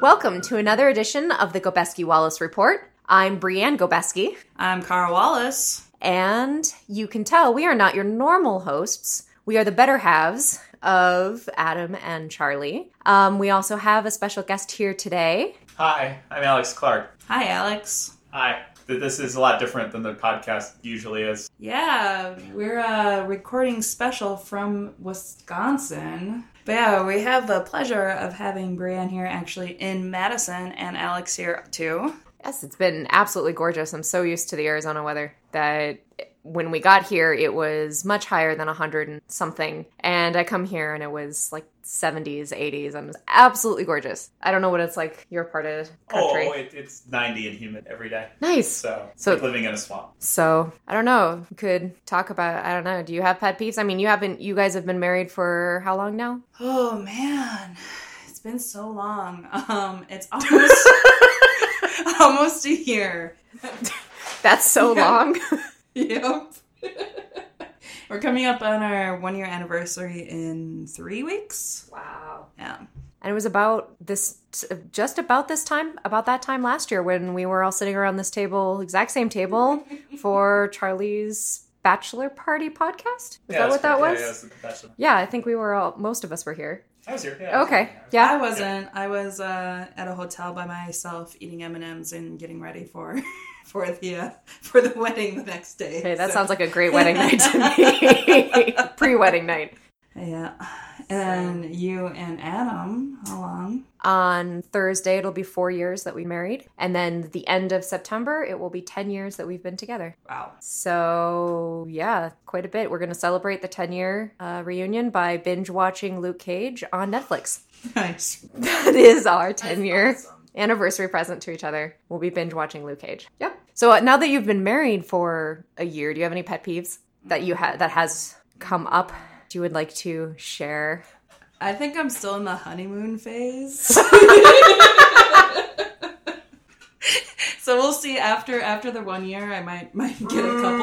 Welcome to another edition of the Gobeski Wallace Report. I'm Brienne Gobeski, I'm Cara Wallace. and you can tell we are not your normal hosts. We are the better halves of Adam and Charlie. Um, we also have a special guest here today. Hi, I'm Alex Clark. Hi, Alex. Hi. Th- This is a lot different than the podcast usually is. Yeah, we're uh, recording special from Wisconsin. But yeah, we have the pleasure of having Brienne here actually in Madison and Alex here too. Yes, it's been absolutely gorgeous. I'm so used to the Arizona weather that when we got here, it was much higher than 100 and something. And I come here and it was like 70s, 80s. I'm absolutely gorgeous. I don't know what it's like your part of the country. Oh, it, it's 90 and humid every day. nice. So, it's So- like living in a swamp. So I don't know. You Could talk about I don't know. Do you have pet peeves? I mean, you haven't. You guys have been married for how long now? Oh man, it's been so long. Um, it's almost almost a year. That's so Yeah. long. Yep. We're coming up on our one year anniversary in three weeks. Wow. Yeah. And it was about this, just about this time, about that time last year when we were all sitting around this table, exact same table, for Charlie's bachelor party podcast. Is that what that was? Yeah, that's the professional. Yeah, I think we were all. Most of us were here. I was here. Yeah, I was okay. here. I Yeah. wasn't. I was uh, at a hotel by myself eating M and M's and getting ready for for the uh, for the wedding the next day. Okay, that sounds like a great wedding night to me. Pre-wedding night. yeah. And you and Adam, how long? On Thursday, it'll be four years that we married. And then the end of September, it will be 10 years that we've been together. Wow. So, yeah, quite a bit. We're going to celebrate the 10 year uh, reunion by binge watching Luke Cage on Netflix. Nice. That is our 10 year awesome. anniversary present to each other. We'll be binge watching Luke Cage. Yep. So, uh, now that you've been married for a year, do you have any pet peeves that you ha- that has come up? that You would like to share? I think I'm still in the honeymoon phase. so we'll see after after the one year I might might get a couple. Boo.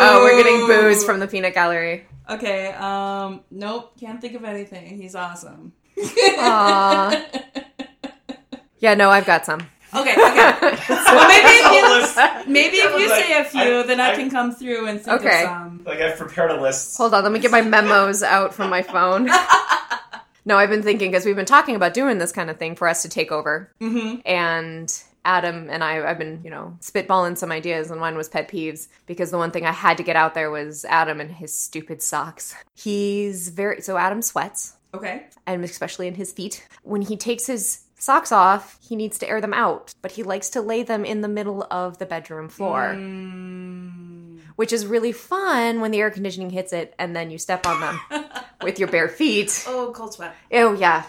Oh, we're getting boos from the peanut gallery. Okay, um nope, can't think of anything. He's awesome. Aw. Yeah, no, I've got some. Okay, okay. Well, maybe if That you, maybe if you Like, say a few, I- then I, I- can come through and think Okay. of some. was- Like, I've prepared a list. Hold on, let me get my memos out from my phone. No, I've been thinking because we've been talking about doing this kind of thing for us to take over. Mm-hmm. And Adam and I, I've been, you know, spitballing some ideas, and mine was pet peeves because the one thing I had to get out there was Adam and his stupid socks. He's very, so Adam sweats, Okay. and especially in his feet. When he takes his socks off, he needs to air them out, but he likes to lay them in the middle of the bedroom floor. Mm. which is really fun when the air conditioning hits it and then you step on them with your bare feet. Oh, cold sweat. Oh, yeah.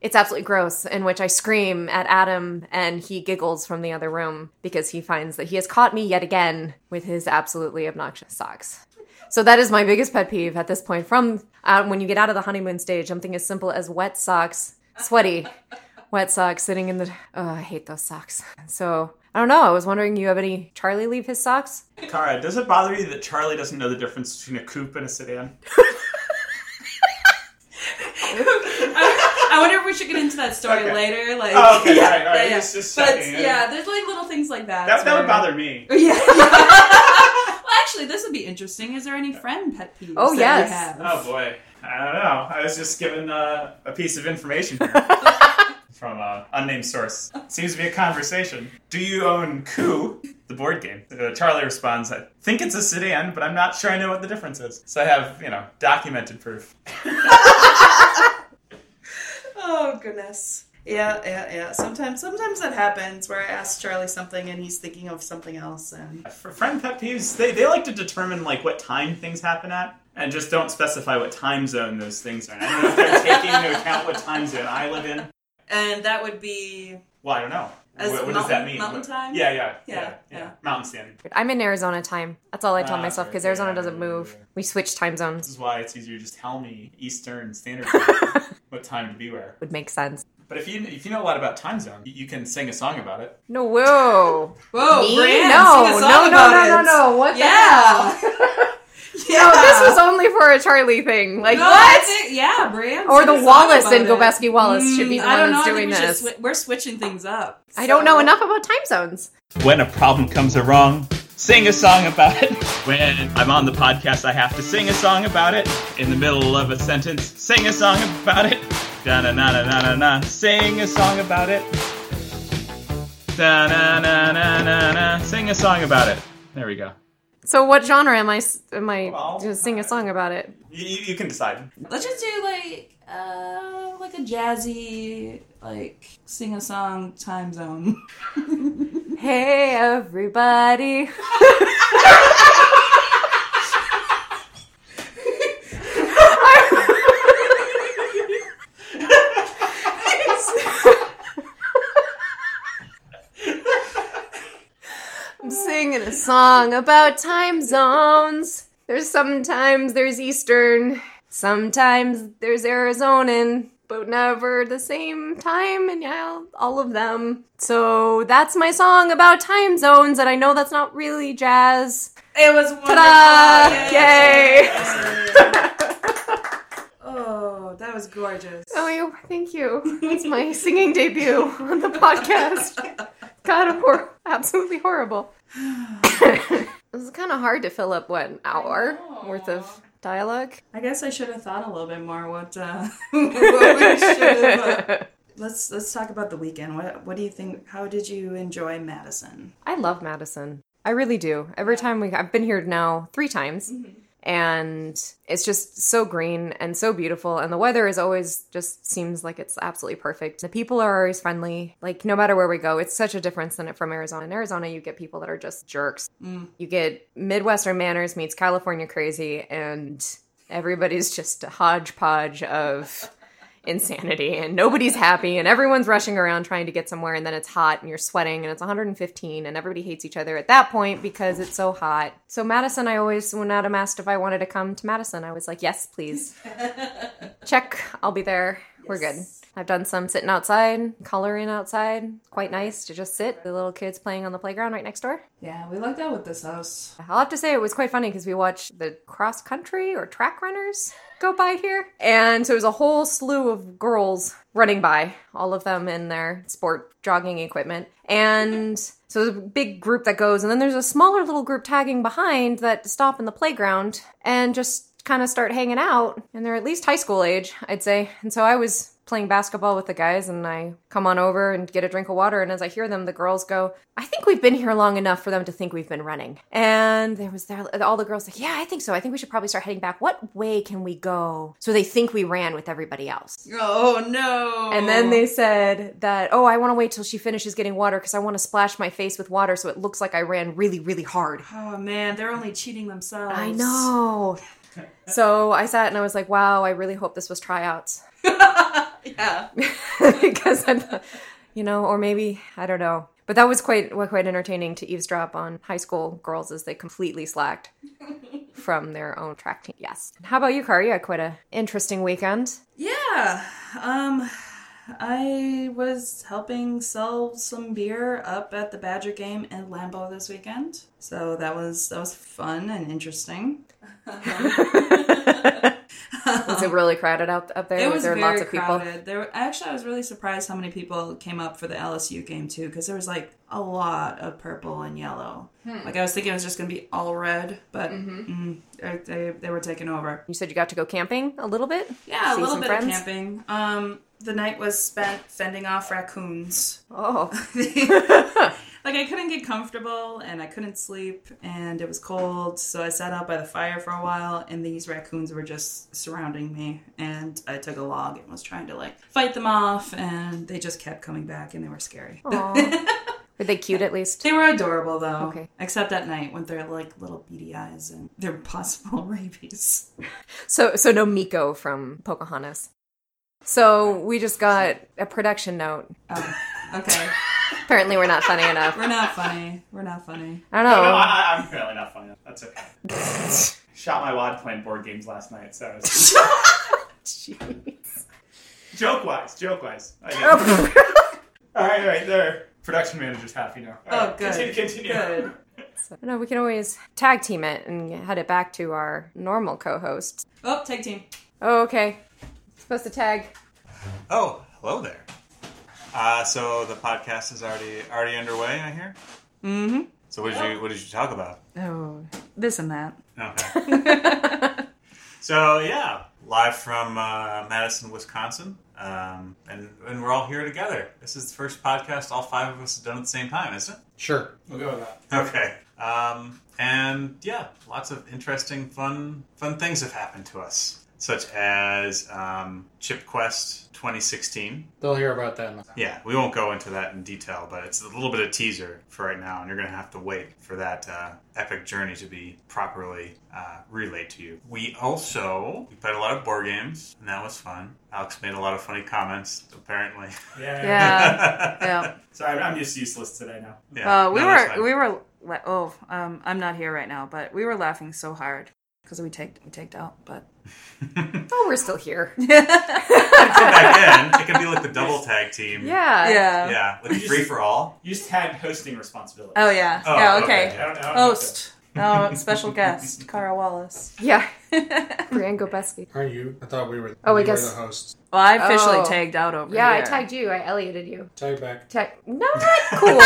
It's absolutely gross, in which I scream at Adam and he giggles from the other room because he finds that he has caught me yet again with his absolutely obnoxious socks. So that is my biggest pet peeve at this point. From uh, when you get out of the honeymoon stage, something as simple as wet socks, sweaty, wet socks sitting in the. Oh, I hate those socks. So I don't know. I was wondering, you have any Charlie leave his socks? Cara, does it bother you that Charlie doesn't know the difference between a coupe and a sedan? I, I wonder if we should get into that story Okay. later. Like, Oh, okay, all right, all right, just- just but checking in. yeah, there's like little things like that. That, that would where- bother me. Yeah. well, actually, this would be interesting. Is there any friend pet peeves? Oh, that we yes. have? Oh, boy. I don't know. I was just given uh, a piece of information here from an unnamed source. Seems to be a conversation. Do you own Coup, the board game? Uh, Charlie responds, I think it's a sedan, but I'm not sure I know what the difference is. So I have, you know, documented proof. Oh goodness. Yeah, yeah, yeah. Sometimes, sometimes that happens where I ask Charlie something and he's thinking of something else, and For friend pet peeves, they, they like to determine like what time things happen at, and just don't specify what time zone those things are. in. I don't know if they're taking into account what time zone I live in. and that would be Well, I don't know. As what what does mountain- that mean? mountain What- time? Yeah, yeah, yeah, Yeah, yeah. yeah. Mountain standard. I'm in Arizona time. That's all I tell Ah, myself right, because yeah, Arizona yeah, doesn't yeah, move. yeah. We switch time zones. This is why it's easier to just tell me Eastern Standard Time what time to be where. Would make sense. But if you if you know a lot about time zone, you, you can sing a song about it. No, whoa. whoa, Me? Brienne, no, sing no, a song no, about no, no, it. no. What Yeah. the hell? No, this was only for a Charlie thing. Like Ah. No, I what? think- yeah, Brian. Or the Wallace and Gobeski Wallace should be the Mm, I one don't that's know. I doing think we should this. swi- we're switching things up. I don't know So- enough about time zones. When a problem comes along, sing a song about it. When I'm on the podcast, I have to sing a song about it. In the middle of a sentence, sing a song about it. Da na na na na na na, sing a song about it. Da na na na na na, sing a song about it. There we go. So what genre am I? s- Am I Well, just sing a song about it? You, you can decide. Let's just do like uh like a jazzy like sing a song time zone. Hey everybody! I'm singing a song about time zones. There's sometimes there's Eastern, sometimes there's Arizonan, but never the same time and yeah, all of them. So that's my song about time zones, and I know that's not really jazz. It was wonderful. Ta-da! Yay! Oh, that was gorgeous. Oh, you, thank you. It's my singing debut on the podcast. God, hor- absolutely horrible. this is kind of hard to fill up what an hour know. worth of dialogue. I guess I should have thought a little bit more what uh what we should have uh, Let's let's talk about the weekend. What what do you think how did you enjoy Madison? I love Madison. I really do. Every time we, I've been here now three times, and it's just so green and so beautiful. And the weather is always just seems like it's absolutely perfect. The people are always friendly. Like no matter where we go, it's such a difference than it from Arizona. In Arizona, you get people that are just jerks. You get Midwestern manners meets California crazy, and everybody's just a hodgepodge of insanity and nobody's happy and everyone's rushing around trying to get somewhere and then it's hot and you're sweating and it's 115 and everybody hates each other at that point because it's so hot. So Madison, I always when Adam asked if I wanted to come to Madison, I was like, "Yes, please." Check, I'll be there. We're good. I've done some sitting outside, coloring outside. Quite nice to just sit. The little kids playing on the playground right next door. Yeah, we lucked out with this house. I'll have to say it was quite funny because we watched the cross country or track runners go by here. And so it was a whole slew of girls running by, all of them in their sport jogging equipment. And so there's a big group that goes, and then there's a smaller little group tagging behind that stop in the playground and just kind of start hanging out. And they're at least high school age, I'd say. And so I was playing basketball with the guys and I come on over and get a drink of water and as I hear them the girls go I think we've been here long enough for them to think we've been running and there was there all the girls like yeah I think so I think we should probably start heading back what way can we go so they think we ran with everybody else Oh no. and then they said that oh I want to wait till she finishes getting water cuz I want to splash my face with water so it looks like I ran really really hard Oh man, they're only cheating themselves. I know so I sat and I was like wow I really hope this was tryouts Yeah. because I'm, you know, or maybe I don't know. But that was quite quite entertaining to eavesdrop on high school girls as they completely slacked from their own track team. Yes. How about you, Kari? You had quite a interesting weekend. Yeah. Um I was helping sell some beer up at the Badger game in Lambeau this weekend. So that was that was fun and interesting. Was it really crowded out up there? Uh-huh. It was there very lots of crowded. people? There were- actually I was really surprised how many people came up for the LSU game too cuz there was like a lot of purple and yellow. Hmm. Like I was thinking it was just going to be all red, but Mm-hmm. mm, they- they they were taking over. You said you got to go camping a little bit. Yeah, See a little some bit friends? of camping. Um, the night was spent fending off raccoons. Oh, like I couldn't get comfortable and I couldn't sleep and it was cold, so I sat out by the fire for a while and these raccoons were just surrounding me and I took a log and was trying to like fight them off and they just kept coming back and they were scary. Oh. Aw. were they cute at least? They were adorable though. Okay. Except at night when they're like little beady eyes and their possible rabies. So, so no Miko from Pocahontas. So we just got a production note. Oh, okay. Apparently, we're not funny enough. We're not funny. We're not funny. I don't know. No, I, I- I'm apparently not funny. That's okay. Shot my wad playing board games last night, so. It's... joke wise, joke wise. I get it. all right, all right, there. Production manager's happy now. All Oh, right, good. Continue, continue. Good. So, no, we can always tag team it and head it back to our normal co-host. Oh, tag team. Oh, okay. Supposed to tag. Oh, hello there. Uh, so the podcast is already already underway. I hear. Mm-hmm. So what did you what did you talk about? Oh, this and that. Okay. so yeah, live from uh, Madison, Wisconsin, um, and and we're all here together. This is the first podcast all five of us have done at the same time, isn't it? Sure. We'll go with that. Okay. Um, and yeah, lots of interesting, fun, fun things have happened to us, such as um, Chip Quest 2016. They'll hear about that. In a- Yeah, we won't go into that in detail, but it's a little bit of teaser for right now, and you're going to have to wait for that uh, epic journey to be properly uh, relayed to you. We also we played a lot of board games, and that was fun. Alex made a lot of funny comments, apparently. Yeah. Yeah. Yeah. Sorry, I'm just useless today now. Yeah, uh, we no, that's were fine. we were la- oh um, I'm not here right now, but we were laughing so hard because we take we taked out, but Oh, we're still here. Come back in. It could be like the double tag team. Yeah. yeah. Yeah, like free for all. You just had hosting responsibility. Oh yeah. Oh, yeah. okay. Okay. I don't know. Host. Oh, special guest Cara Wallace. Yeah. well, Brian Gobeski. Aren't you? I thought we were. Oh, I you guess- Were the hosts. I officially Oh. tagged out over Yeah, I here. tagged you. I Ellioted you. Tag back. Tag. Not cool.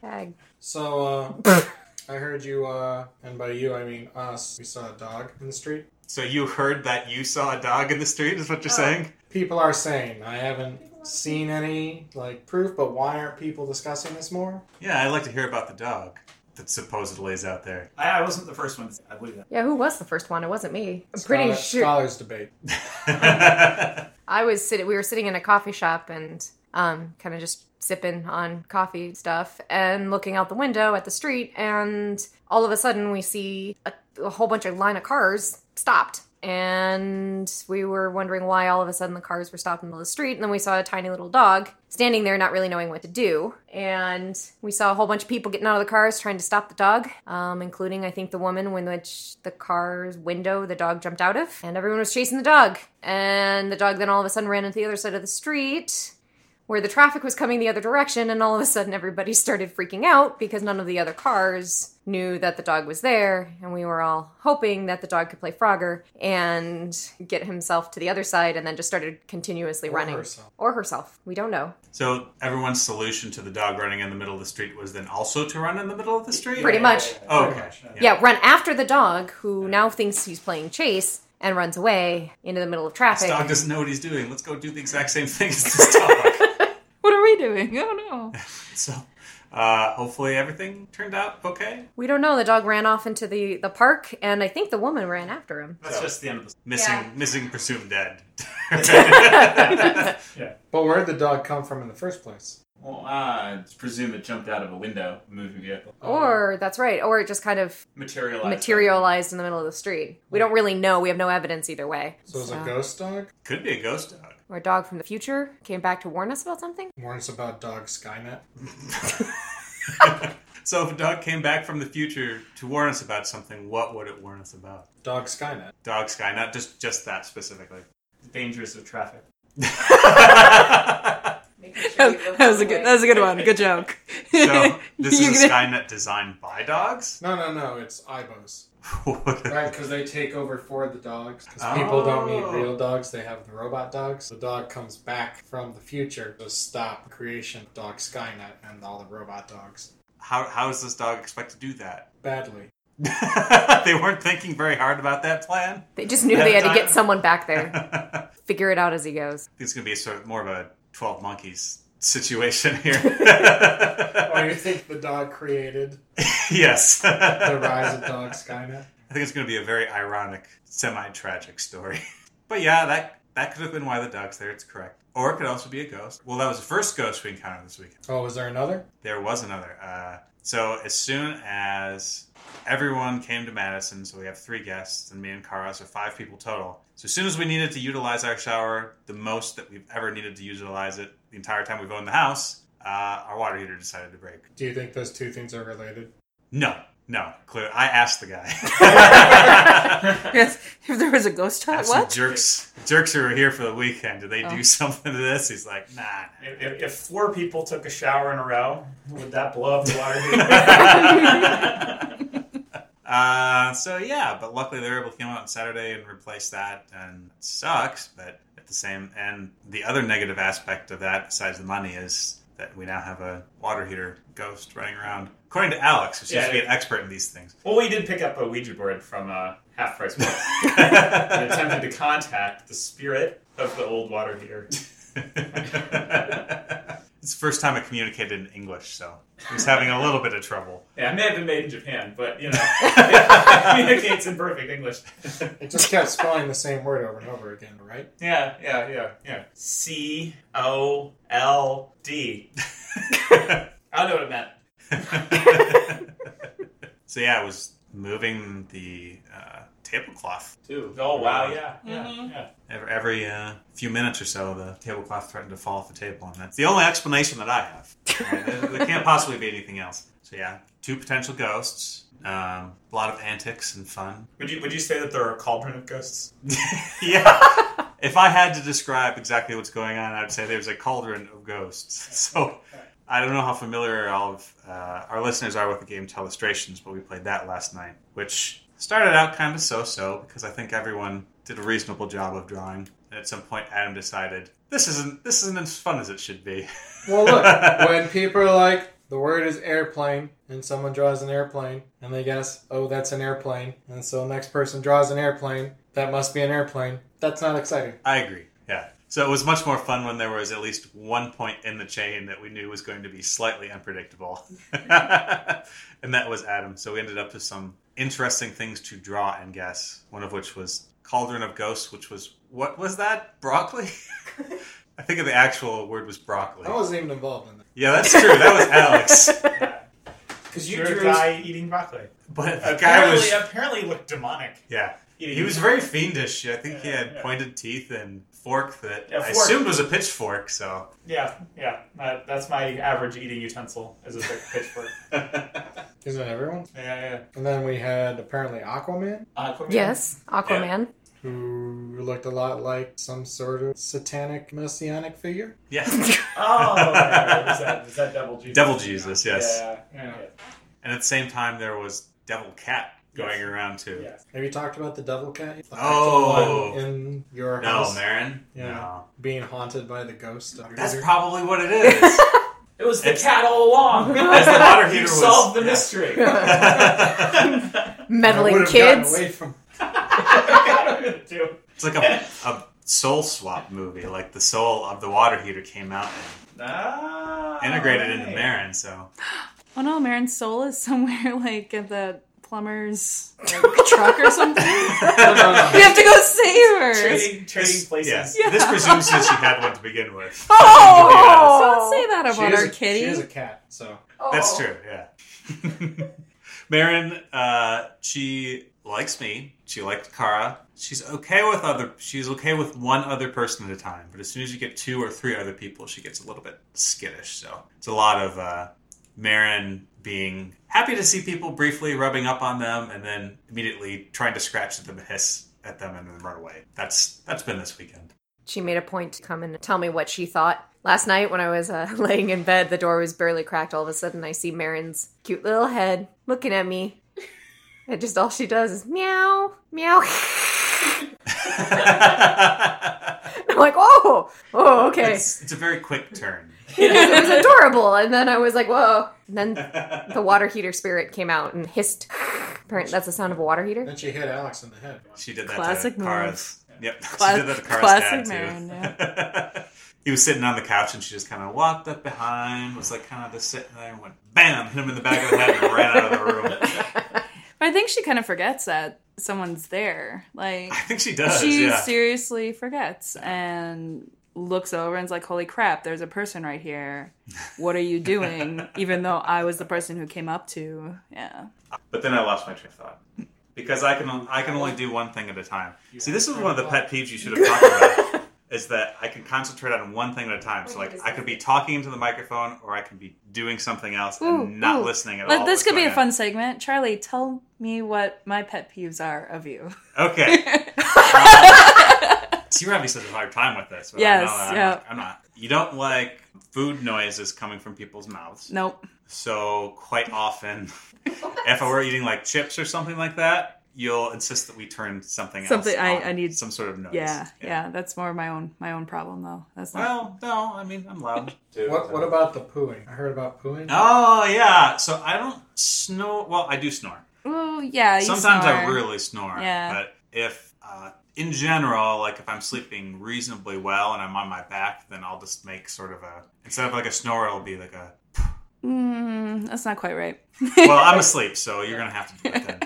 Tag. So uh, I heard you, uh, and by you I mean us. We saw a dog in the street. So you heard that you saw a dog in the street, is what you're saying? People are saying I haven't seen any like proof, but why aren't people discussing this more? Yeah, I'd like to hear about the dog that supposedly is out there. I, I wasn't the first one. to say- I believe that. Yeah, who was the first one? It wasn't me. I'm pretty Scholar- sure. Oh, Scholars debate. I was sitting. We were sitting in a coffee shop and um, kind of just sipping on coffee stuff and looking out the window at the street. And all of a sudden, we see a, a whole bunch of line of cars stopped. And we were wondering why all of a sudden the cars were stopped in the middle of the street. And then we saw a tiny little dog standing there, not really knowing what to do. And we saw a whole bunch of people getting out of the cars trying to stop the dog, um, including, I think, the woman when which the car's window the dog jumped out of. And everyone was chasing the dog. And the dog then all of a sudden ran into the other side of the street where the traffic was coming the other direction, and all of a sudden everybody started freaking out because none of the other cars knew that the dog was there, and we were all hoping that the dog could play Frogger and get himself to the other side, and then just started continuously Or running. herself. Or herself. We don't know. so everyone's solution to the dog running in the middle of the street was then also to run in the middle of the street? Pretty much. Oh, Pretty okay. much. Yeah, run after the dog, who now thinks he's playing chase and runs away into the middle of This traffic. dog doesn't know what he's doing. Let's go do the exact same thing as this dog. What are we doing? I don't know. so uh, hopefully everything turned out okay. We don't know. The dog ran off into the, the park, and I think the woman ran after him. That's just the end of the. Missing, Yeah. missing, presumed dead. But where'd the dog come from in the first place? Well, uh, let's presume it jumped out of a window, a moving vehicle, Or, that's right, or it just kind of materialized. materialized in the middle of the street. We don't really know. We have no evidence either way. So it was So- a ghost dog. Could be a ghost dog. Or a dog from the future came back to warn us about something? Warns about dog Skynet. So if a dog came back from the future to warn us about something, what would it warn us about? Dog Skynet. Dog Sky, not just just that specifically. The dangers of traffic. that was a good. That was a good one. Good joke. So this You're is a gonna- Skynet designed by dogs. No, no, no. It's Ibos. What- Right, because they take over for the dogs. Because people don't need Oh. real dogs; they have the robot dogs. The dog comes back from the future to stop the creation of Dog Skynet and all the robot dogs. how how is this dog expect to do that? Badly. they weren't thinking very hard about that plan. They just knew they had to Time. get someone back there. I Figure it out as he goes. think it's going to be a sort of more of a Twelve Monkeys situation here. Or you think the dog created yes, the rise of Dog Skynet? I think it's going to be a very ironic, semi-tragic story. But yeah, that that could have been why the dog's there. It's correct. Or it could also be a ghost. Well, that was the first ghost we encountered this weekend. Oh, was there another? There was another. Uh, so as soon as everyone came to Madison, so we have three guests and me and Cara, so five people total. So as soon as we needed to utilize our shower, the most that we've ever needed to utilize it the entire time we've owned the house, uh, our water heater decided to break. Do you think those two things are related? No, No, clear. I asked the guy. Yes, if there was a ghost I hunt, have some what? jerks, jerks who are here for the weekend. Do they Oh. do something to this? He's like, nah. If, if- if four people took a shower in a row, would that blow up the water heater? Uh, so yeah, but luckily they were able to come out on Saturday and replace that, and it sucks. But at the same, and the other negative aspect of that, besides the money, is that we now have a water heater ghost running around. According to Alex, who seems Yeah, to be it- an expert in these things. well, we did pick up a Ouija board from uh, Half Price Books and attempted to contact the spirit of the old water heater. it's the first time I communicated in English, so I was having a little bit of trouble. Yeah, it may have been made in Japan, but you know, it communicates in perfect English. It just kept spelling the same word over and over again, right? yeah, yeah, yeah, yeah. C O L D. I know what it meant. so yeah, I was moving the uh, tablecloth. Too. Oh wow, yeah, yeah, Mhm. yeah. Every, every uh, few minutes or so, the tablecloth threatened to fall off the table, and that's the only explanation that I have. Right? there, there can't possibly be anything else. So yeah, two potential ghosts, um, a lot of antics and fun. Would you would you say that there are a cauldron of ghosts? yeah. If I had to describe exactly what's going on, I'd say there's a cauldron of ghosts. So I don't know how familiar all of uh, our listeners are with the game Telestrations, but we played that last night, which started out kind of so-so because I think everyone did a reasonable job of drawing. And at some point, Adam decided this isn't this isn't as fun as it should be. Well, look, when people are like, the word is airplane, and someone draws an airplane, and they guess, oh, that's an airplane, and so next person draws an airplane, that must be an airplane. That's not exciting. I agree. Yeah. So it was much more fun when there was at least one point in the chain that we knew was going to be slightly unpredictable. and that was Adam. So we ended up with some interesting things to draw and guess, one of which was Cauldron of Ghosts, which was what was that? Broccoli? I think the actual word was broccoli. I wasn't even involved in that. Yeah, that's true. That was Alex. Because You're a guy eating broccoli. But the guy Apparently, was. apparently looked demonic. Yeah. Eating He was very fiendish. I think he Yeah, had yeah. pointed teeth and fork that Yeah, fork. I assumed was a pitchfork, so. Yeah, yeah. Uh, that's my average eating utensil is a big pitchfork. Isn't it everyone? Yeah, And then we had apparently Aquaman, yeah. Aquaman. Yes, Aquaman. who looked a lot like some sort of satanic messianic figure. Yeah. Oh, yeah, is that is that Devil Jesus? Devil Jesus, yes. Yeah, yeah, yeah. And at the same time, there was Devil Cat going Yes. around too. Yeah. Have you talked about the devil cat? The Oh. actual one in your No, house Marin. Yeah. No. being haunted by the ghost. Of your That's leader? probably what it is. It was the It's- cat all along. As the water heater you was- solved the yeah. mystery. I Meddling would've gotten kids. Away from it's like a, a soul swap movie. Like the soul of the water heater came out Ah, and integrated into right. Marin. So Oh no, Marin's soul is somewhere like at the plumber's like, truck or something. we have to go save her. Trading, trading places. Yes. Yeah. This presumes that she had one to begin with. Oh, don't say that she about is our a- She is a kitty. cat, so That's true. Yeah. Marin, uh, she likes me. She liked Kara. She's okay with other. She's okay with one other person at a time. But as soon as you get two or three other people, she gets a little bit skittish. So it's a lot of uh, Marin being happy to see people briefly, rubbing up on them, and then immediately trying to scratch at them, hiss at them, and then run away. That's that's been this weekend. She made a point to come and tell me what she thought. Last night, when I was uh, laying in bed, the door was barely cracked. All of a sudden, I see Marin's cute little head looking at me. And just all she does is meow, meow. I'm like, oh, oh, okay. It's, it's a very quick turn. it was adorable. And then I was like, whoa. And then the water heater spirit came out and hissed. Apparently, that's the sound of a water heater. then she hit Alex in the head. She did that Classic to move. Kara's. Yep. Cla- she did that to Kara's classic dad, Marin, too. he was sitting on the couch and she just kind of walked up behind, was like kind of just sitting there and went bam, hit him in the back of the head and ran out of the room. I think she kind of forgets that someone's there. Like I think she does, she yeah. seriously forgets and looks over and's like, "Holy crap! There's a person right here. What are you doing?" Even though I was the person who came up to, Oh, yeah. but then I lost my train of thought. Because I can I can only do one thing at a time. See, this is one of the pet peeves you should have talked about. is that I can concentrate on one thing at a time. So like I could be talking into the microphone or I can be doing something else Ooh, and not ooh. listening at Like, all. this what's could be going a fun segment. Charlie, tell me what my pet peeves are of you. on. Okay. So you're having such a hard time with this. But Yes, I know that I'm, yeah. not, I'm not. You don't like food noises coming from people's mouths. nope. So quite often, if I were eating like chips or something like that, you'll insist that we turn something, Something- else. I- on, I need- some sort of noise. Yeah, yeah, That's more my own my own problem though. That's not Well, no, I mean I'm loud. too, What so. What about the pooing? I heard about pooing. Oh yeah. So I don't snore. Well, I do snore. Oh yeah. You Sometimes I snore. really snore. Yeah. But if uh, in general, like if I'm sleeping reasonably well and I'm on my back, then I'll just make sort of a instead of like a snore, it'll be like a Mm, that's not quite right. well, I'm asleep, so you're gonna have to do it then.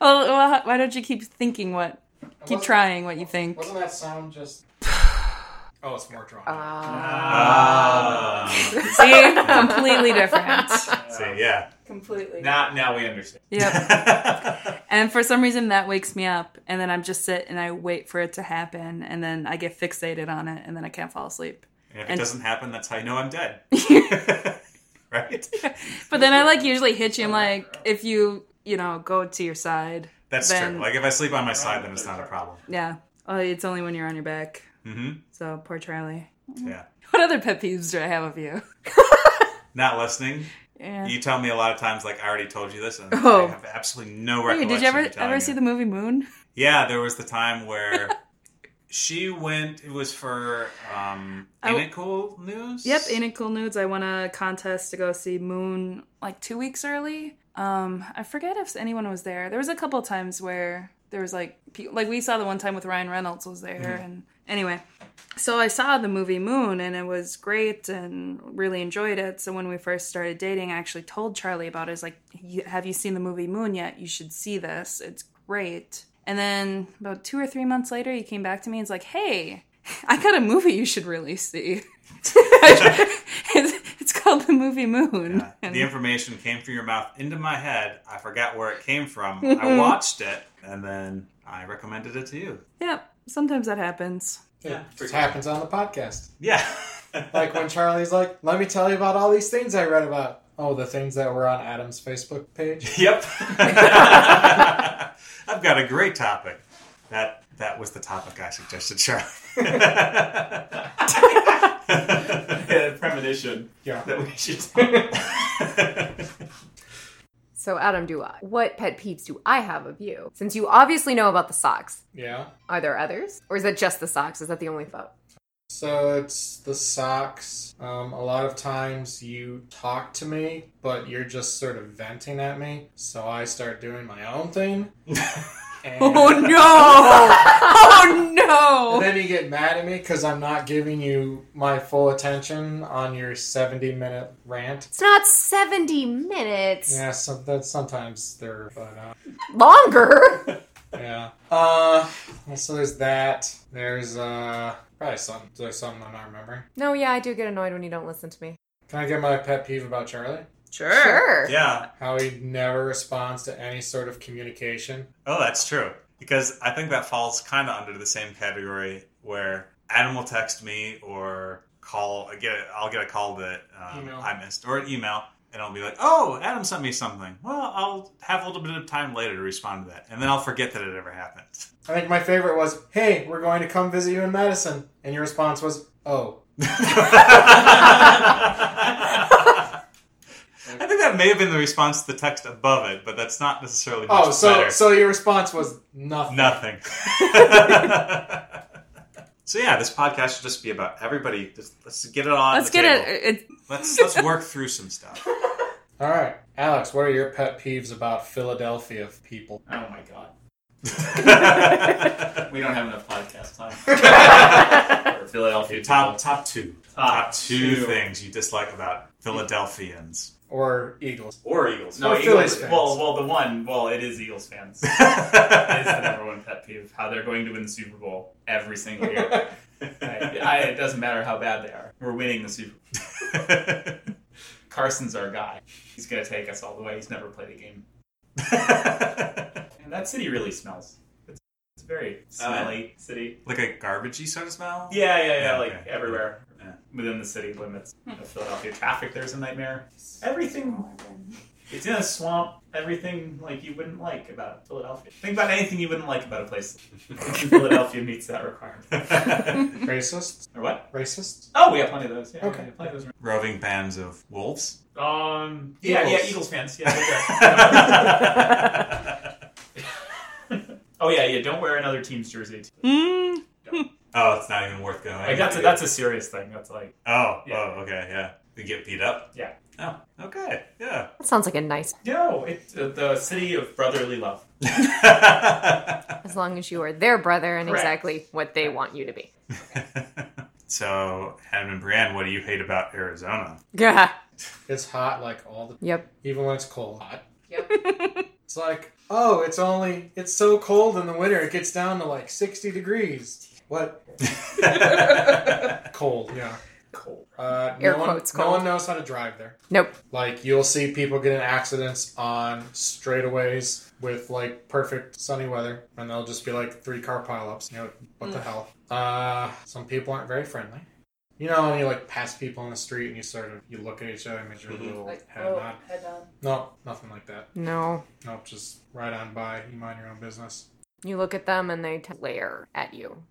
Well, well, why don't you keep thinking what? Keep Wasn't- trying what you think. Wasn't that sound just? oh, it's more drawn. Uh, out. Ah. See, completely different. Um. See, yeah. Completely. Now, now we understand. Yep. And for some reason that wakes me up, and then I'm just sit and I wait for it to happen, and then I get fixated on it, and then I can't fall asleep. And if it And- doesn't happen, that's how you know I'm dead. right? But then I like usually hit you. I'm like, if you you know go to your side, That's Then- true. Like if I sleep on my side, then it's not a problem. yeah. Oh, it's only when you're on your back. Mm-hmm. So poor Charlie. Yeah. What other pet peeves do I have of you? Not listening. Yeah. You tell me a lot of times, like I already told you this, and Oh. I have absolutely no Hey, recollection. did you ever of telling ever see the movie Moon? Yeah, there was the time where she went. It was for um, I- Ain't It Cool News. Yep, in it cool nudes. I won a contest to go see Moon like two weeks early. Um, I forget if anyone was there. There was a couple times where there was like pe- like we saw the one time with Ryan Reynolds was there, and anyway, so I saw the movie Moon and it was great and really enjoyed it. So when we first started dating, I actually told Charlie about it. I was like, "You- "Have you seen the movie Moon yet? You should see this. It's great." And then about two or three months later, he came back to me and was like, "Hey, I got a movie you should really see." it's, it's called the movie Moon. And- The information came through your mouth into my head. I forgot where it came from. Mm-hmm. I watched it, and then I recommended it to you. Yep, sometimes that happens. It just happens on the podcast. Yeah. Like when Charlie's like, "Let me tell you about all these things I read about." Oh, the things that were on Adam's Facebook page. Yep. I've got a great topic. That that was the topic I suggested, Charlie. The premonition Yeah. that we should. So, Adam, do I? What pet peeves do I have of you? Since you obviously know about the socks, Yeah. are there others, or is that just the socks? Is that the only thought? So it's the socks. Um, a lot of times you talk to me, but you're just sort of venting at me. So I start doing my own thing. and Oh no! oh no! then you get mad at me because I'm not giving you my full attention on your 70 minute rant. It's not seventy minutes Yeah, so that's sometimes there, but uh, longer. yeah. Uh, so there's that. There's uh, probably some there's something I'm not remembering. no, yeah, I do get annoyed when you don't listen to me. Can I get my pet peeve about Charlie? Sure. yeah. How he never responds to any sort of communication. Oh, that's true. Because I think that falls kind of under the same category where Adam will text me or call. I get I'll get a call that um, Email. I missed or an email, and I'll be like, "Oh, Adam sent me something." Well, I'll have a little bit of time later to respond to that, and then I'll forget that it ever happened. I think my favorite was, "Hey, we're going to come visit you in Madison," and your response was, "Oh." I think that may have been the response to the text above it, but that's not necessarily much Oh, so better. so your response was nothing. Nothing. so yeah, this podcast should just be about everybody. Just, let's get it all. on Let's the get it. table. it. Let's let's work through some stuff. All right, Alex, what are your pet peeves about Philadelphia people? Oh my god. Your We don't have enough podcast time. For Philadelphia top people. top two. Uh, Top Top two two. things you dislike about Philadelphians. Or Eagles. or Eagles. Or Phillies fans. Well, well, the one. Well, it is Eagles fans. It's the number one pet peeve. How they're going to win the Super Bowl every single year. I, I, it doesn't matter how bad they are. We're winning the Super. Bowl. Carson's our guy. He's gonna take us all the way. He's never played a game. And that city really smells. It's, it's It's a very smelly city. Like a garbagey sort of smell? Yeah, yeah, yeah. Yeah, like okay. everywhere Yeah. within the city limits of Philadelphia. Traffic there's a nightmare. Everything. It's in a swamp. Everything like you wouldn't like about Philadelphia. Think about anything you wouldn't like about a place. Philadelphia meets that requirement. Racist? Or what? Racist? Oh, we have plenty of those. Yeah, Okay. yeah, plenty of those. Roving bands of wolves. Um, yeah, Eagles. yeah, Eagles fans. Yeah. Oh, there you go. oh yeah, yeah. Don't wear another team's jersey. Mm. Oh, it's not even worth going. Like that's a, that's a serious thing. That's like Oh, Yeah. oh, okay, yeah. They get beat up. Yeah. Oh, okay, yeah. That sounds like a nice. no. It uh, the city of brotherly love. As long as you are their brother and Correct. exactly what they want you to be. so, Adam and Brienne, what do you hate about Arizona? Yeah. It's hot like all the Yep. even when it's cold. Hot. Yep. It's like, oh, it's only it's so cold in the winter it gets down to like sixty degrees. What cold, yeah. Cold. Uh, Air no one, quotes No cold. one knows how to drive there. Nope. Like you'll see people get in accidents on straightaways with like perfect sunny weather, and they'll just be like three car pileups. You know what the hell? Uh, some people aren't very friendly. You know, when you like pass people on the street and you sort of you look at each other and make your little head nod. No, nothing like that. No. Nope, just right on by. You mind your own business. You look at them and they t- glare at you.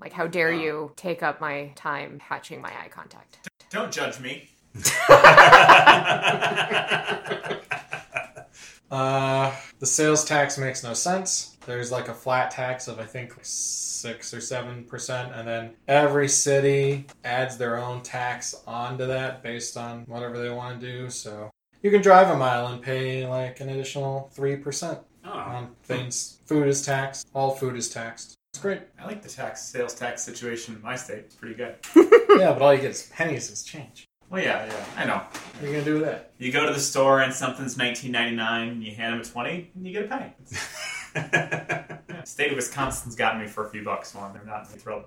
Like, how dare you take up my time hatching my eye contact? Don't judge me. Uh, the sales tax makes no sense. There's like a flat tax of I think six or seven percent, and then every city adds their own tax onto that based on whatever they want to do. So you can drive a mile and pay like an additional three percent Oh, on things. Food is taxed. All food is taxed. It's great. I like the tax sales tax situation in my state. It's pretty good. yeah, but all you get is pennies as change. Well, yeah, yeah. I know. What are you gonna do with that? You go to the store and something's 19.99, and you hand them a 20, and you get a penny. Yeah. State of Wisconsin's gotten me for a few bucks one. They're not thrilled.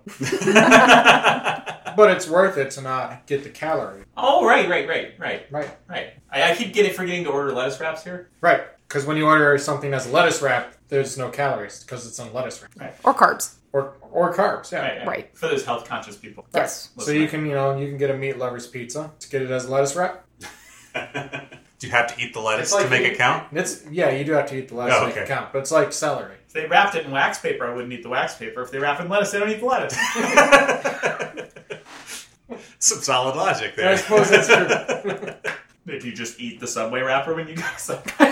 But it's worth it to not get the calorie. Oh, right, right, right, right, Right. right. I, I keep getting forgetting to order lettuce wraps here. Right, because when you order something that's lettuce wrap, there's no calories because it's on lettuce wrap Or carbs. or or carbs. Yeah. Right, yeah. Right. For those health conscious people. Yes. So you can you know you can get a meat lovers pizza. Just get it as lettuce wrap. do you have to eat the lettuce It's like to make you- it count? And it's yeah, you do have to eat the lettuce Oh, to make it okay. count, but it's like celery. If they wrapped it in wax paper, I wouldn't eat the wax paper. If they wrap it in lettuce, I don't eat the lettuce. Some solid logic there. I suppose that's true. If you just eat the subway wrapper when you go somewhere.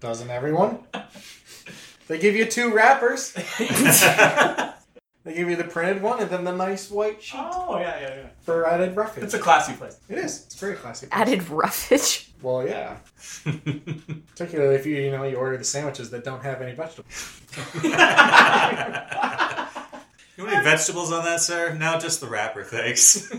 Doesn't everyone? They give you two wrappers. They give you the printed one and then the nice white sheet oh, yeah, yeah, yeah. for added roughage. It's a classy place. it is. It's very classic. Added roughage. Well, yeah. Particularly if you you know you order the sandwiches that don't have any vegetables. You want any vegetables on that, sir? No, just the wrapper, thanks.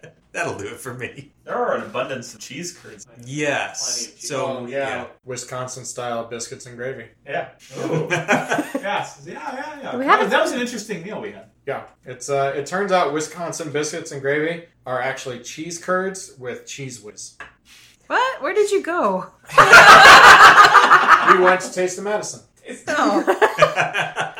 That'll do it for me. There are an abundance of cheese curds. Plenty Yes. of cheese. So yeah. Um, Wisconsin style biscuits and gravy. Yeah. Ooh. yes. Yeah, yeah, yeah. We that, haven't- was, that was an interesting meal we had. Yeah, it's uh, it turns out Wisconsin biscuits and gravy are actually cheese curds with cheese whiz. What? Where did you go? We went to Taste of Madison, Oh.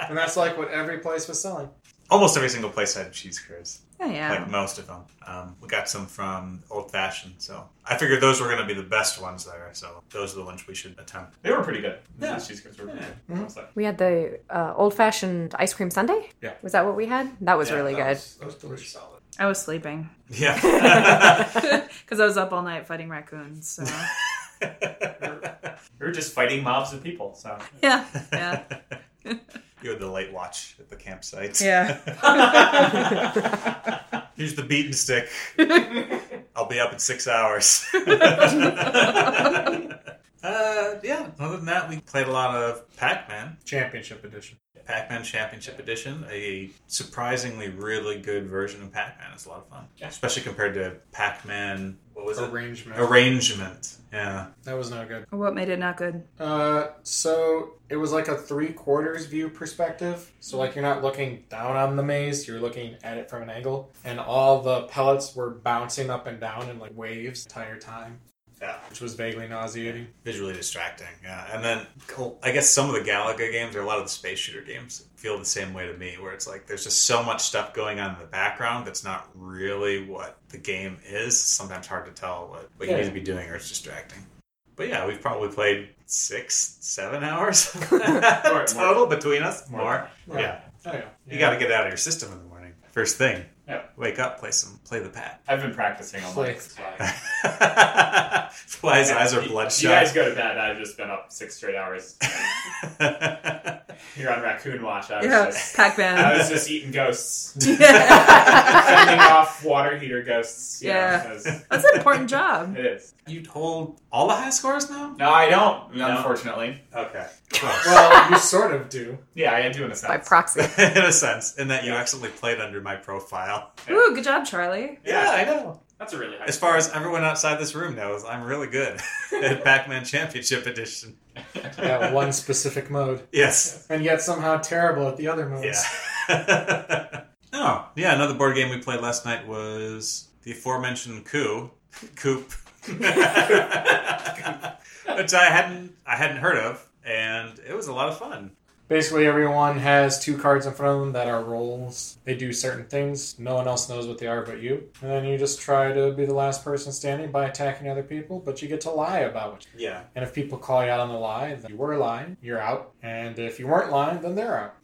and that's like what every place was selling. Almost every single place had cheese curds. Oh, yeah. Like most of them. Um, we got some from Old Fashioned, so I figured those were going to be the best ones there. So those are the ones we should attempt. They were pretty good. Yeah. Those cheese curds were pretty good. I was like, we had the uh, old fashioned ice cream sundae. Yeah. Was that what we had? That was yeah, really that good. was- that was delicious. Solid. I was sleeping Yeah. because I was up all night fighting raccoons. So We were just fighting mobs of people, so yeah, yeah, you had the late watch at the campsite. yeah. Here's the beaten stick. I'll be up in six hours. uh, yeah. Other than that, we played a lot of Pac-Man. Championship edition. Pac-Man Championship Edition, a surprisingly really good version of Pac-Man. It's a lot of fun, especially compared to Pac-Man. What was it? Arrangement. Arrangement. Yeah. that was no good. What made it not good? Uh, so it was like a three quarters view perspective. So like you're not looking down on the maze, you're looking at it from an angle, and all the pellets were bouncing up and down in like waves the entire time. Yeah. which was vaguely nauseating. Visually distracting. Yeah. And then cool, I guess some of the Galaga games or a lot of the space shooter games feel the same way to me, where it's like there's just so much stuff going on in the background that's not really what the game is. It's sometimes hard to tell what, what Yeah. you need to be doing or it's distracting. But yeah, we've probably played six, seven hours total between us. More. More. Yeah. Oh yeah, You got to get it out of your system in the morning. First thing. Yeah. Wake up, play some, play the pad. I've been practicing all night. Please. that's why. Why his eyes are You- bloodshot? You guys go to bed. I've just been up six straight hours. You're on raccoon watch. I was Yeah, just. Pac I Man. was just eating ghosts, Yeah. fending off water heater ghosts. you know, Yeah. 'cause That's an important job. it is. you hold all the high scores now? No, I don't. No. Unfortunately, Okay. Close. Well, you sort of do. yeah, I do in by a sense. proxy. in a sense, in that you accidentally played under my profile. Ooh, good job, Charlie. Yeah, I know. That's a really high. As far as everyone outside this room knows, I'm really good at Pac-Man Championship Edition. That one specific mode, Yes. and yet somehow terrible at the other modes. Yeah. oh, yeah. Another board game we played last night was the aforementioned coup, coop, which I hadn't I hadn't heard of, and it was a lot of fun. Basically, everyone has two cards in front of them that are rolls. They do certain things. No one else knows what they are but you. And then you just try to be the last person standing by attacking other people, but you get to lie about what. You- Yeah. and if people call you out on the lie, then you were lying, you're out. And if you weren't lying, then they're out.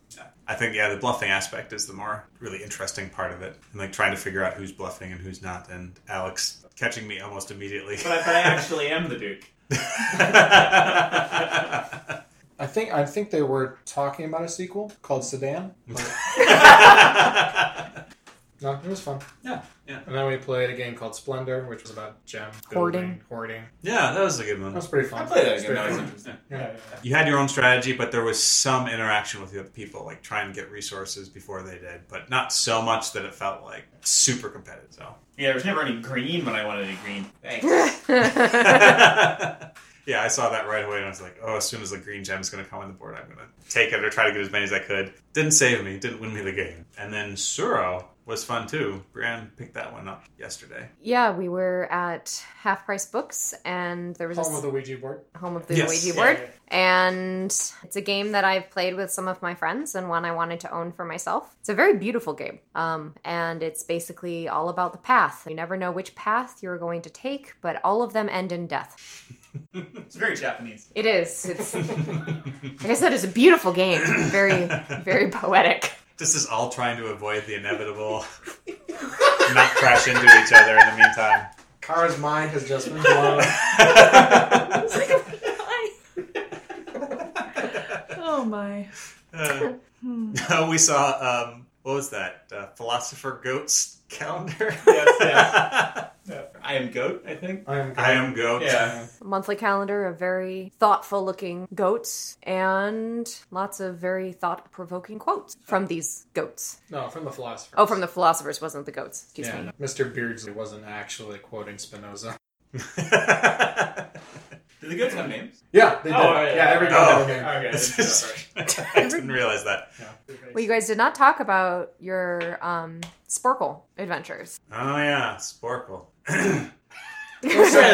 I think yeah, the bluffing aspect is the more really interesting part of it, and like trying to figure out who's bluffing and who's not. And Alex catching me almost immediately. But I, but I actually am the Duke. I think I think they were talking about a sequel called Sedan. but- no, it was fun. yeah, yeah, And then we played a game called Splendor, which was about gem Hoarding. building, hoarding. yeah. That was a good That one. was pretty fun. I play that It's again. That pretty was fun. interesting. Yeah. You had your own strategy, but there was some interaction with the other people, like trying to get resources before they did, but not so much that it felt like super competitive. So, Yeah, there was never any green when I wanted any green. Thanks. yeah, I saw that right away, and I was like, oh, as soon as the green gem is going to come on the board, I'm going to take it or try to get as many as I could. Didn't save me, didn't win me the game. And then Suro was fun too. Brianne picked that one up yesterday. yeah, we were at Half Price Books, and there was a Home of the Ouija board. home of the Yes, Ouija yeah, board. And it's a game that I've played with some of my friends and one I wanted to own for myself. It's a very beautiful game. Um, and it's basically all about the path. You never know which path you're going to take, but all of them end in death. It's very Japanese. It is. It's like I said, it's a beautiful game. Very, very poetic. This is all trying to avoid the inevitable, not crash into each other in the meantime. Kara's mind has just been blown. Oh my. Uh, no, we saw um, what was that? Uh, Philosopher Goat's calendar. Yes, I am goat. I think. I am. I am Goat. Yeah. monthly calendar of very thoughtful looking goats and lots of very thought provoking quotes from these goats. No, from the philosopher. Oh, from the philosophers, wasn't the goats. Excuse Yeah, me. no. Mr. Beardsley wasn't actually quoting Spinoza. Do the goats have names? Yeah, they did. Oh, yeah, yeah, yeah. every Oh. goddamn game. Okay. I didn't realize that. Well, you guys did not talk about your um, Sporkle adventures. Oh yeah, Sporkle. Don't say, He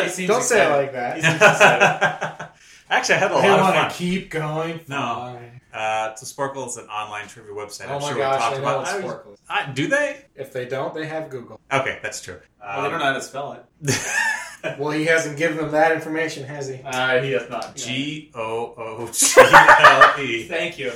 seems don't say it excited. like that. He's excited. Actually, I had a They lot want of to fun. keep going. No. Fine. Uh, so Sporkle is an online trivia website. Oh I'm my sure we gosh, talked I know about. it's I was- Sporkle. I- do they? If they don't, they have Google. Okay, that's true. Um, Well, they don't know how to spell it. Well, he hasn't given them that information, has he? Uh, he does not. G O O G L E. Thank you.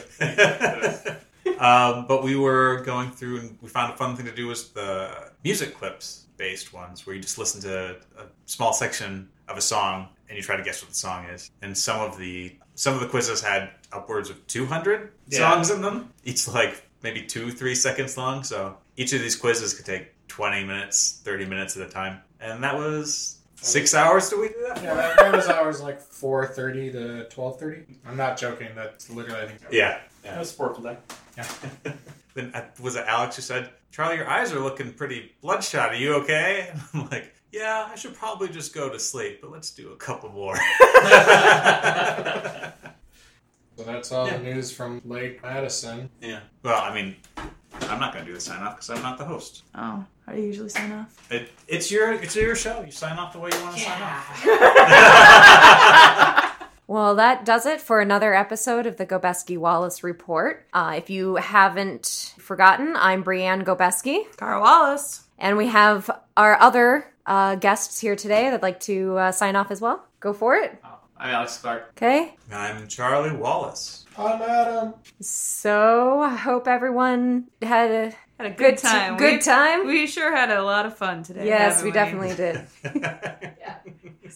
um, but we were going through and we found a fun thing to do was the music clips based ones where you just listen to a small section of a song and you try to guess what the song is and some of the some of the quizzes had upwards of 200 Yeah. songs in them each like maybe two three seconds long so each of these quizzes could take 20 minutes 30 minutes at a time and that was six hours do we do that Yeah, that- that was hours like four thirty to twelve thirty. I'm not joking. That's literally I think. yeah That was sport today. Then uh, was it Alex who said, "Charlie, your eyes are looking pretty bloodshot. Are you okay?" I'm like, "Yeah, I should probably just go to sleep, but let's do a couple more." So that's all Yeah. the news from Lake Madison. yeah. Well, I mean, I'm not going to do the sign off because I'm not the host. Oh, how do you usually sign off? It, it's your it's your show. You sign off the way you want to sign off. Well, that does it for another episode of the Gobeski Wallace Report. Uh, if you haven't forgotten, I'm Brienne Gobeski, Carl Wallace. and we have our other uh, guests here today that'd like to uh, sign off as well. Go for it. Uh, I'm Alex Clark. Okay. I'm Charlie Wallace. I'm Adam. So I hope everyone had a Had a good, good time. time. Good we, time. We sure had a lot of fun today. yes, haven't we definitely did.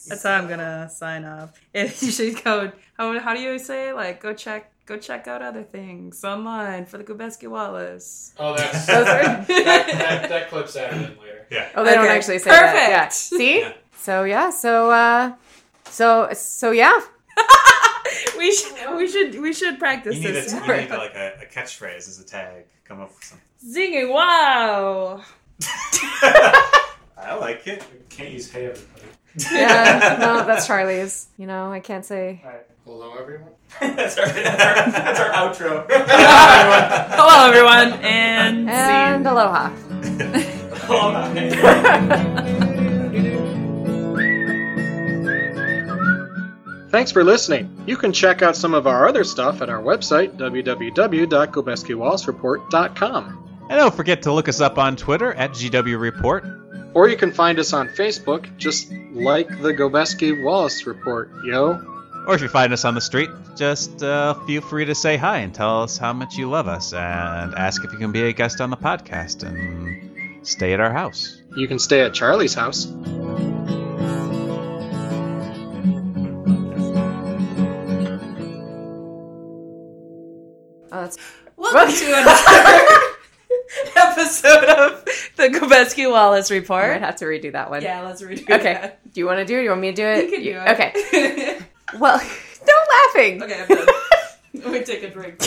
That's how I'm gonna sign off. If you should go, how, how do you say it? Like, go check, go check out other things online for the Gobeski Wallace. Oh, that's Those that, are- that, that clip's added in later. yeah. oh, they don't Okay. actually say Perfect. that. Yeah. See? Yeah. So yeah. So uh, so so yeah. We should, we should, we should practice You need, a, this. you need like a, a catchphrase as a tag. Come up with something. Zinging! Wow. I like it. Can't use hey everybody. Yeah. no, that's Charlie's. You know, I can't say. Hello, everyone. that's, our, that's, our, that's our outro. Hello, everyone, and, And aloha. Oh, Hold on. Thanks for listening. You can check out some of our other stuff at our website, www.gobeskiwallsreport.com. And don't forget to look us up on Twitter at GW Report. Or you can find us on Facebook, just like the Gobeski Wallace Report, yo. Or if you find us on the street, just uh, feel free to say hi and tell us how much you love us and ask if you can be a guest on the podcast and stay at our house. You can stay at Charlie's house. Oh, that's welcome to another episode of the Gobeski Wallace I might Report. have to redo that one. Yeah, let's redo Okay. Do you want to do it? You want me to do it? You can do it. Okay. that. Well, stop laughing. okay, I'm done. we take a drink.